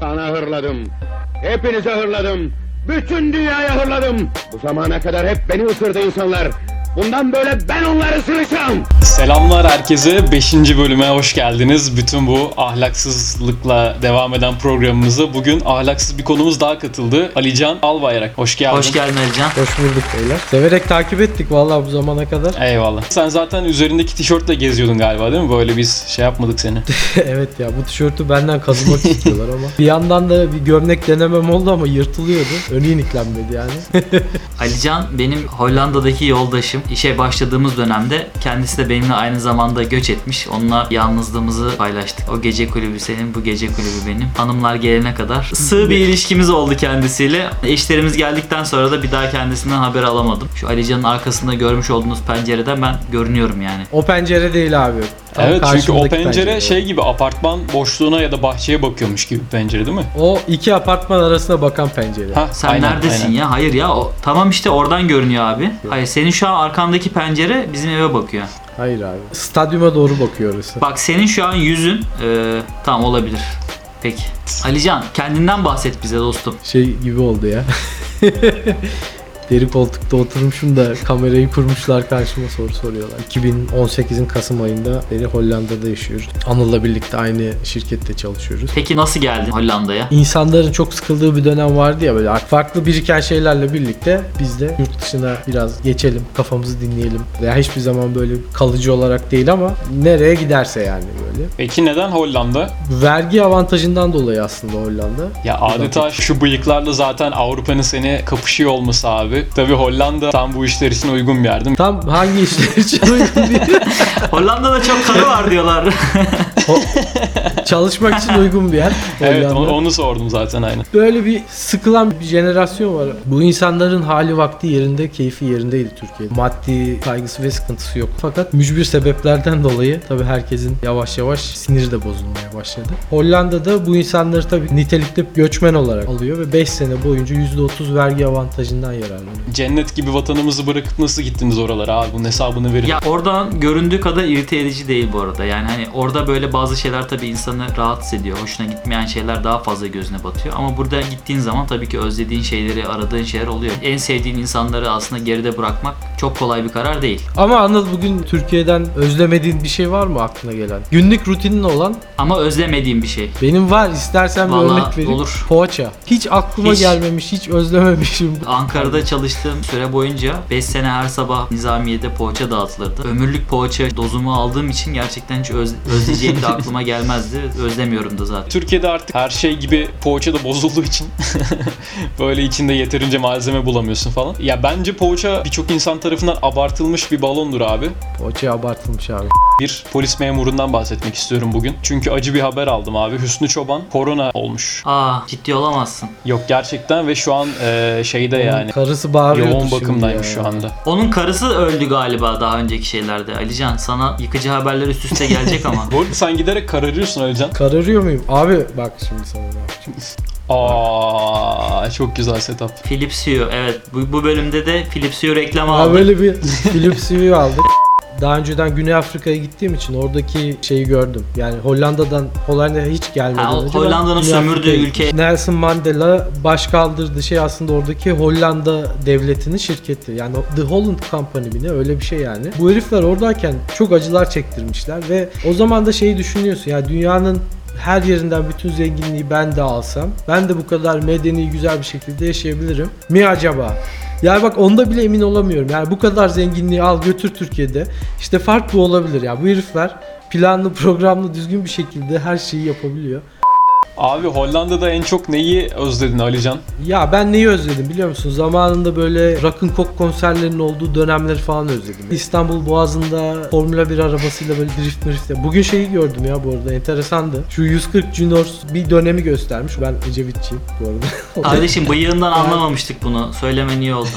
Sana hırladım. Hepinize hırladım. Bütün dünyaya hırladım. Bu zamana kadar hep beni ısırdı insanlar. Bundan böyle ben onları ısıracağım. Selamlar herkese. 5. bölüme hoş geldiniz. Bütün bu ahlaksızlıkla devam eden programımıza bugün ahlaksız bir konumuz daha katıldı. Alican Albayrak. Hoş geldin. Hoş geldin Alican. Hoş bulduk beyler. Severek takip ettik vallahi bu zamana kadar. Eyvallah. Sen zaten üzerindeki tişörtle geziyordun galiba değil mi? Böyle biz şey yapmadık seni. evet ya bu tişörtü benden kazımak istiyorlar ama. Bir yandan da bir gömlek denemem oldu ama yırtılıyordu. Önü iniklenmedi yani. Alican benim Hollanda'daki yoldaşım. İşe başladığımız dönemde kendisi de benimle aynı zamanda göç etmiş. Onunla yalnızlığımızı paylaştık. O gece kulübü senin, bu gece kulübü benim. Hanımlar gelene kadar sığ bir ilişkimiz oldu kendisiyle. Eşlerimiz geldikten sonra da bir daha kendisinden haber alamadım. Şu Alican'ın arkasında görmüş olduğunuz pencereden ben görünüyorum yani. o pencere değil abi. Tam evet çünkü o karşımdaki pencere, şey gibi apartman boşluğuna ya da bahçeye bakıyormuş gibi bir pencere değil mi? O iki apartman arasına bakan pencere. Hah, Sen aynen, neredesin aynen. ya? Hayır ya. O, tamam işte oradan görünüyor abi. Hayır senin şu an arkandaki pencere bizim eve bakıyor. Hayır abi. Stadyuma doğru bakıyor orası. Bak senin şu an yüzün e, tam olabilir. Peki. Alican kendinden bahset bize dostum. Şey gibi oldu ya. Deri koltukta oturmuşum da kamerayı kurmuşlar karşıma soru soruyorlar. 2018'in Kasım ayında beni Hollanda'da yaşıyoruz. Anıl'la birlikte aynı şirkette çalışıyoruz. Peki nasıl geldin Hollanda'ya? İnsanların çok sıkıldığı bir dönem vardı ya böyle farklı biriken şeylerle birlikte biz de yurt dışına biraz geçelim, kafamızı dinleyelim. Veya hiçbir zaman böyle kalıcı olarak değil ama nereye giderse yani böyle. Peki neden Hollanda? Vergi avantajından dolayı aslında Hollanda. Ya adeta şu bıyıklarla zaten Avrupa'nın seni kapışıyor olması abi. Tabii Hollanda tam bu işler için uygun bir yer değil mi? Tam hangi işler için uygun bir Hollanda'da çok karı var diyorlar. çalışmak için uygun bir yer. Evet Hollanda. onu, onu sordum zaten aynen. Böyle bir sıkılan bir jenerasyon var. Bu insanların hali vakti yerinde, keyfi yerindeydi Türkiye'de. Maddi kaygısı ve sıkıntısı yok. Fakat mücbir sebeplerden dolayı tabii herkesin yavaş yavaş siniri de bozulmaya başladı. Hollanda'da bu insanları tabii nitelikli göçmen olarak alıyor ve 5 sene boyunca %30 vergi avantajından yararlanıyor. Cennet gibi vatanımızı bırakıp nasıl gittiniz oralara abi bunun hesabını verin. ya oradan göründüğü kadar irite edici değil bu arada. Yani hani orada böyle bazı şeyler tabii insanı rahatsız ediyor. Hoşuna gitmeyen şeyler daha fazla gözüne batıyor. Ama burada gittiğin zaman tabii ki özlediğin şeyleri, aradığın şeyler oluyor. En sevdiğin insanları aslında geride bırakmak çok kolay bir karar değil. Ama Anıl bugün Türkiye'den özlemediğin bir şey var mı aklına gelen? Günlük rutinin olan Ama özlemediğim bir şey. benim var istersen bir Vallahi örnek vereyim. olur. Poğaça. Hiç aklıma Hiç. gelmemiş, hiç özlememişim. Ankara'da çalıştığım süre boyunca 5 sene her sabah Nizamiye'de poğaça dağıtılırdı. Ömürlük poğaça dozumu aldığım için gerçekten hiç öz- özleyeceğim de aklıma gelmezdi. Özlemiyorum da zaten. Türkiye'de artık her şey gibi poğaça da bozulduğu için böyle içinde yeterince malzeme bulamıyorsun falan. Ya bence poğaça birçok insan tarafından abartılmış bir balondur abi. Poğaça abartılmış abi. Bir polis memurundan bahsetmek istiyorum bugün. Çünkü acı bir haber aldım abi. Hüsnü Çoban korona olmuş. Aa Ah, ciddi olamazsın. Yok gerçekten ve şu an e, şeyde yani Karısı bağırıyordu yoğun şimdi bakımdaymış ya. şu anda. Onun karısı öldü galiba daha önceki şeylerde. Alican sana yıkıcı haberler üst üste gelecek ama. Bu arada sen giderek kararıyorsun Alican. Kararıyor muyum? Abi bak şimdi sana ne yapacağım. Aa çok güzel setup. Philips Hue evet bu, bu bölümde de Philips Hue reklamı Abi aldık. böyle bir Philips Hue aldık. Daha önceden Güney Afrika'ya gittiğim için oradaki şeyi gördüm. Yani Hollanda'dan Hollanda'ya hiç gelmeden Ha, o önce ben Hollanda'nın Güney sömürdüğü Afrika'ya ülke. gittim. Nelson Mandela baş kaldırdığı şey aslında oradaki Hollanda devletinin şirketi. Yani The Holland Company mi ne öyle bir şey yani. Bu herifler oradayken çok acılar çektirmişler ve o zaman da şeyi düşünüyorsun. Ya dünyanın her yerinden bütün zenginliği ben de alsam ben de bu kadar medeni güzel bir şekilde yaşayabilirim mi acaba? Ya bak onda bile emin olamıyorum. Yani bu kadar zenginliği al götür Türkiye'de. İşte fark bu olabilir ya. Bu herifler planlı programlı düzgün bir şekilde her şeyi yapabiliyor. Abi Hollanda'da en çok neyi özledin Alican? Ya ben neyi özledim biliyor musun? Zamanında böyle rock'ın kok konserlerinin olduğu dönemleri falan özledim. İstanbul Boğazı'nda Formula 1 arabasıyla böyle drift drift. Bugün şeyi gördüm ya bu arada enteresandı. Şu 140 Juniors bir dönemi göstermiş. Ben Ecevitçiyim bu arada. Kardeşim bıyığından anlamamıştık bunu. Söylemen iyi oldu.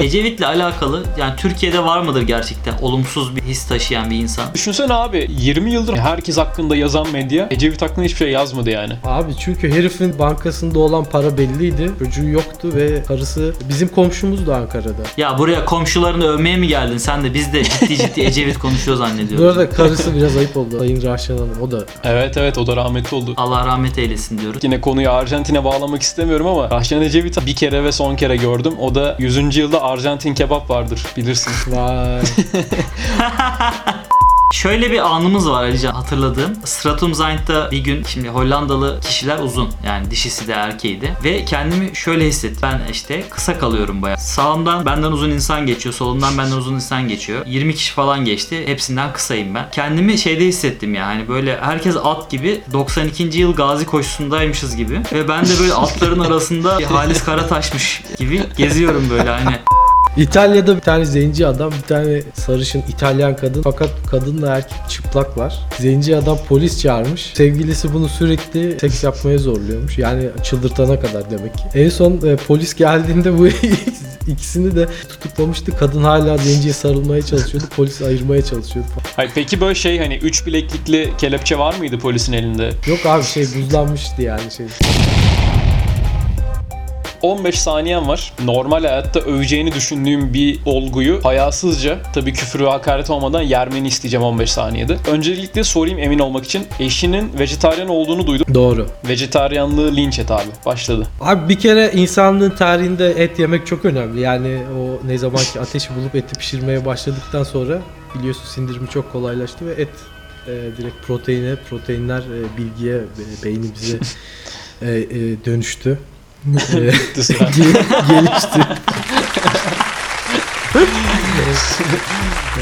Ecevit'le alakalı yani Türkiye'de var mıdır gerçekten olumsuz bir his taşıyan bir insan? e, Düşünsene abi 20 yıldır herkes hakkında yazan medya Ecevit hakkında hiçbir şey yazmadı yani. Abi çünkü herifin bankasında olan para belliydi. Çocuğu yoktu ve karısı bizim komşumuzdu Ankara'da. Ya buraya komşularını övmeye mi geldin sen de biz de ciddi ciddi Ecevit konuşuyor Bu zannediyoruz. arada karısı biraz ayıp oldu. Sayın Rahşan Hanım o da Evet evet o da rahmetli oldu. Allah rahmet eylesin diyoruz. Yine konuyu Arjantin'e bağlamak istemiyorum ama Rahşan Ecevit'i bir kere ve son kere gördüm. O da 100. yılda Arjantin kebap vardır bilirsin. vay. Şöyle bir anımız var Alican hatırladığım. Stratum Zind'da bir gün şimdi Hollandalı kişiler uzun yani dişisi de erkeği de ve kendimi şöyle hissettim. Ben işte kısa kalıyorum bayağı. Sağımdan benden uzun insan geçiyor, solumdan benden uzun insan geçiyor. 20 kişi falan geçti. Hepsinden kısayım ben. Kendimi şeyde hissettim ya hani böyle herkes at gibi 92. yıl gazi koşusundaymışız gibi ve ben de böyle atların arasında bir Halis Karataş'mış gibi geziyorum böyle hani. İtalya'da bir tane zenci adam, bir tane sarışın İtalyan kadın fakat kadınla erkek çıplaklar. Zenci adam polis çağırmış. Sevgilisi bunu sürekli seks yapmaya zorluyormuş. Yani çıldırtana kadar demek ki. En son e, polis geldiğinde bu ikisini de tutuklamıştı. Kadın hala zenciye sarılmaya çalışıyordu. Polis ayırmaya çalışıyordu. falan. Hayır, peki böyle şey hani 3 bileklikli kelepçe var mıydı polisin elinde? Yok abi şey buzlanmıştı yani şey. 15 saniyen var. Normal hayatta öveceğini düşündüğüm bir olguyu hayasızca, tabii küfür ve hakaret olmadan yermeni isteyeceğim 15 saniyede. Öncelikle sorayım emin olmak için. Eşinin vejetaryen olduğunu duydum. Doğru. Vejetaryenlığı linç et abi. Başladı. Abi bir kere insanlığın tarihinde et yemek çok önemli. Yani o ne zaman ki ateşi bulup eti pişirmeye başladıktan sonra biliyorsun sindirimi çok kolaylaştı ve et e, direkt proteine, proteinler e, bilgiye, e, beynimize e, e, dönüştü. E, Bitti sıra. ge- gelişti.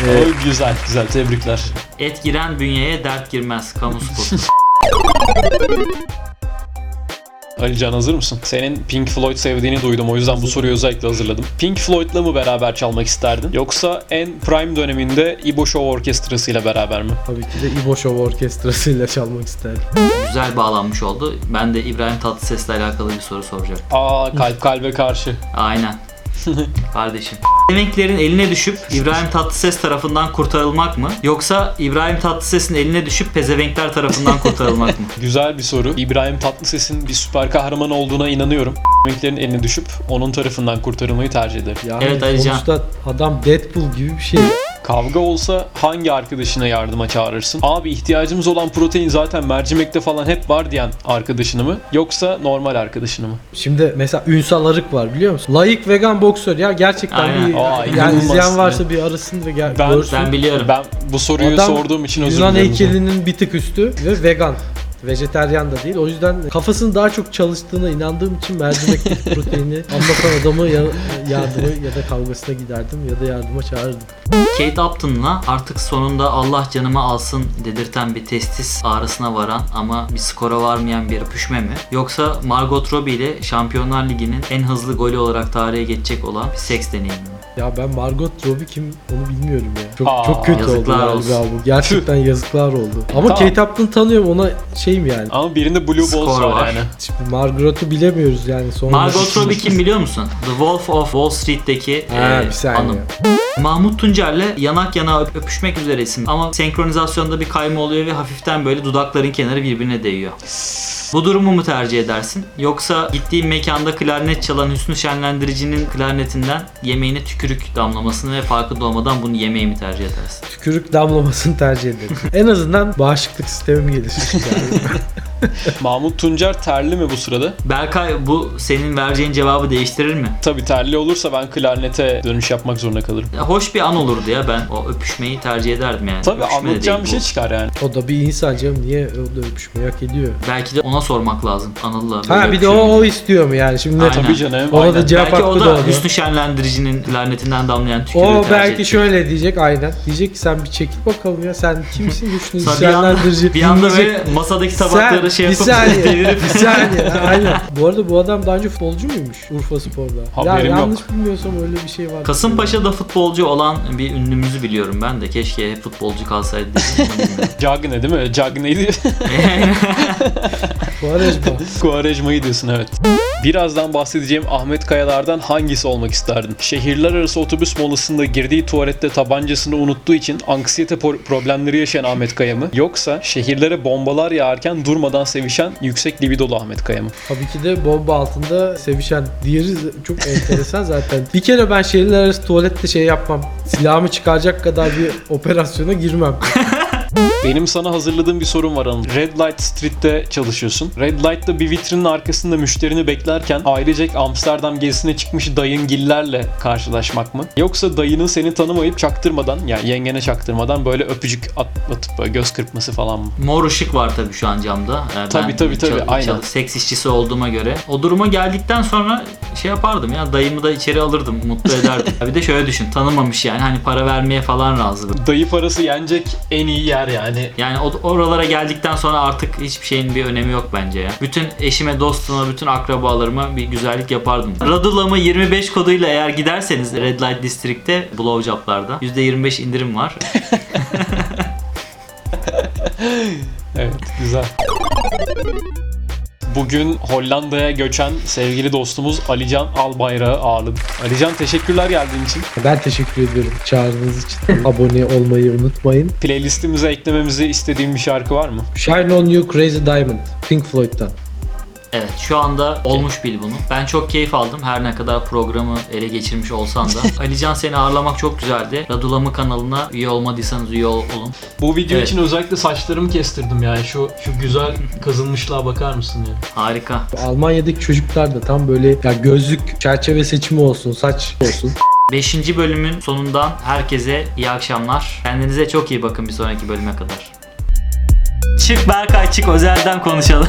Oy, güzel güzel tebrikler. Et giren bünyeye dert girmez. Kamu spotu. Alican hazır mısın? Senin Pink Floyd sevdiğini duydum o yüzden bu soruyu özellikle hazırladım. Pink Floyd'la mı beraber çalmak isterdin? Yoksa en prime döneminde İbo Show Orkestrası'yla beraber mi? Tabii ki de İbo Show orkestrasıyla çalmak isterdim. Güzel bağlanmış oldu. Ben de İbrahim Tatlıses'le alakalı bir soru soracağım. Aa kalp kalbe karşı. Aynen. Kardeşim. Emeklerin eline düşüp İbrahim Tatlıses tarafından kurtarılmak mı? Yoksa İbrahim Tatlıses'in eline düşüp pezevenkler tarafından kurtarılmak mı? Güzel bir soru. İbrahim Tatlıses'in bir süper kahraman olduğuna inanıyorum. Linklerin eline düşüp onun tarafından kurtarılmayı tercih ederim. Yani Evet, Ali Can. sonuçta adam Deadpool gibi bir şey. Kavga olsa hangi arkadaşına yardıma çağırırsın? Abi ihtiyacımız olan protein zaten mercimekte falan hep var diyen arkadaşını mı? Yoksa normal arkadaşını mı? Şimdi mesela Ünsal Arık var biliyor musun? Layık vegan boksör ya gerçekten Aynen. bir Aa, yani inanılmaz. izleyen varsa bir arasın ve gel, Ben- görsün. Ben biliyorum. Ben bu soruyu Adam sorduğum için özür Yunan dilerim. heykelinin bir tık üstü ve vegan. Vejeteryan da değil. O yüzden kafasının daha çok çalıştığına inandığım için mercimekteki proteini anlatan adamı ya, yardıma ya da kavgasına giderdim ya da yardıma çağırırdım. Kate Upton'la artık sonunda Allah canımı alsın dedirten bir testis ağrısına varan ama bir skora varmayan bir öpüşme mi? Yoksa Margot Robbie ile Şampiyonlar Ligi'nin en hızlı golü olarak tarihe geçecek olan bir seks deneyimi mi? Ya ben Margot Robbie kim onu bilmiyorum ya. Çok Aa, çok kötü oldu yazıklar galiba olsun. bu. Gerçekten yazıklar oldu. Ama Tamam. Kate Upton'ı tanıyorum ona şeyim yani. Ama birinde Blue Balls Skor var, var. yani. Şimdi Margot'u bilemiyoruz yani. Sonra Margot Robbie kim biliyor musun? The Wolf of Wall Street'teki Ha, e, bir saniye. hanım. Mahmut Tuncer'le yanak yana öp- öpüşmek üzeresin ama senkronizasyonda bir kayma oluyor ve hafiften böyle dudakların kenarı birbirine değiyor. Bu durumu mu tercih edersin? Yoksa gittiğin mekanda klarnet çalan Hüsnü Şenlendirici'nin klarnetinden yemeğine tükürük damlamasını ve farkında olmadan bunu yemeği mi tercih edersin? Tükürük damlamasını tercih ederim. en azından bağışıklık sistemim gelişir. Yani. Mahmut Tuncer terli mi bu sırada? Berkay bu senin vereceğin cevabı değiştirir mi? Tabii terli olursa ben klarnete dönüş yapmak zorunda kalırım. Ya hoş bir an olurdu ya ben o öpüşmeyi tercih ederdim yani. Tabii Öpüşme de anlatacağım değil bir bu. şey çıkar yani. o da bir insan canım. Niye o da öpüşmeyi hak ediyor? Belki de ona sormak lazım Anıl'la. Ha böyle bir de öpüşüyor o, mu? o istiyor mu yani şimdi? Aynen. Tabii canım. Ona aynen. da cevap Belki hakkı o da da ona. Hüsnü Şenlendirici'nin lanetinden damlayan tükürüğü O tercih belki etti. şöyle diyecek aynen. Diyecek ki sen bir çekil bakalım ya sen kimsin güçlü Sonra bir anda, şenlendirici. bir anda Diyecek, böyle masadaki sen tabakları şey bir yapıp saniye, devirip bir saniye. Aynen. Bu arada bu adam daha önce futbolcu muymuş Urfa Spor'da? Haberim ya yok. yanlış bilmiyorsam öyle bir şey var. Kasımpaşa'da futbolcu olan bir ünlümüzü biliyorum ben de. Keşke hep futbolcu kalsaydı. dedim, onu bilmiyorum. Cagne değil mi? Cagne'ydi. Quaresma. Kuvarejma'yı diyorsun evet. Birazdan bahsedeceğim Ahmet Kayalar'dan hangisi olmak isterdin? Şehirler arası otobüs molasında girdiği tuvalette tabancasını unuttuğu için anksiyete por- problemleri yaşayan Ahmet Kaya mı? Yoksa şehirlere bombalar yağarken durmadan altından sevişen yüksek libidolu Ahmet Kaya mı? Tabii ki de bomba altında sevişen diğeri çok enteresan zaten. Bir kere ben şehirler arası tuvalette şey yapmam. Silahımı çıkaracak kadar bir operasyona girmem. Benim sana hazırladığım bir sorum var Anıl. Red Light Street'te çalışıyorsun. Red Light'ta bir vitrinin arkasında müşterini beklerken ailecek Amsterdam gezisine çıkmış dayın gillerle karşılaşmak mı? Yoksa dayının seni tanımayıp çaktırmadan yani yengene çaktırmadan böyle öpücük atlatıp böyle göz kırpması falan mı? Mor ışık var tabii şu an camda. Ee, Tabii, tabii, tabii, aynen. Seks işçisi olduğuma göre. O duruma geldikten sonra şey yapardım ya dayımı da içeri alırdım mutlu ederdim. Ya bir de şöyle düşün tanımamış yani hani para vermeye falan razı. Dayı parası yenecek en iyi yer yani. Yani o- oralara geldikten sonra artık hiçbir şeyin bir önemi yok bence ya. Bütün eşime, dostuma, bütün akrabalarıma bir güzellik yapardım. Radulama 25 koduyla eğer giderseniz Red Light District'te blowjob'larda %25 indirim var. Evet güzel. Bugün Hollanda'ya göçen sevgili dostumuz Alican Albayrak'ı ağırladık. Alican teşekkürler geldiğin için. Ben teşekkür ediyorum çağrınız için. Abone olmayı unutmayın. Playlistimize eklememizi istediğin bir şarkı var mı? Shine on you Crazy Diamond Pink Floyd'dan. Evet şu anda olmuş bil bunu. Ben çok keyif aldım her ne kadar programı ele geçirmiş olsam da. Alican seni ağırlamak çok güzeldi. Radulama kanalına üye olmadıysanız üye ol- olun. Bu video Evet. için özellikle saçlarımı kestirdim yani şu şu güzel kazınmışlığa bakar mısın ya? Harika. Almanya'daki çocuklar da tam böyle ya gözlük çerçeve seçimi olsun, saç olsun. 5. bölümün sonundan herkese iyi akşamlar. Kendinize çok iyi bakın bir sonraki bölüme kadar. Çık Berkay çık özelden konuşalım.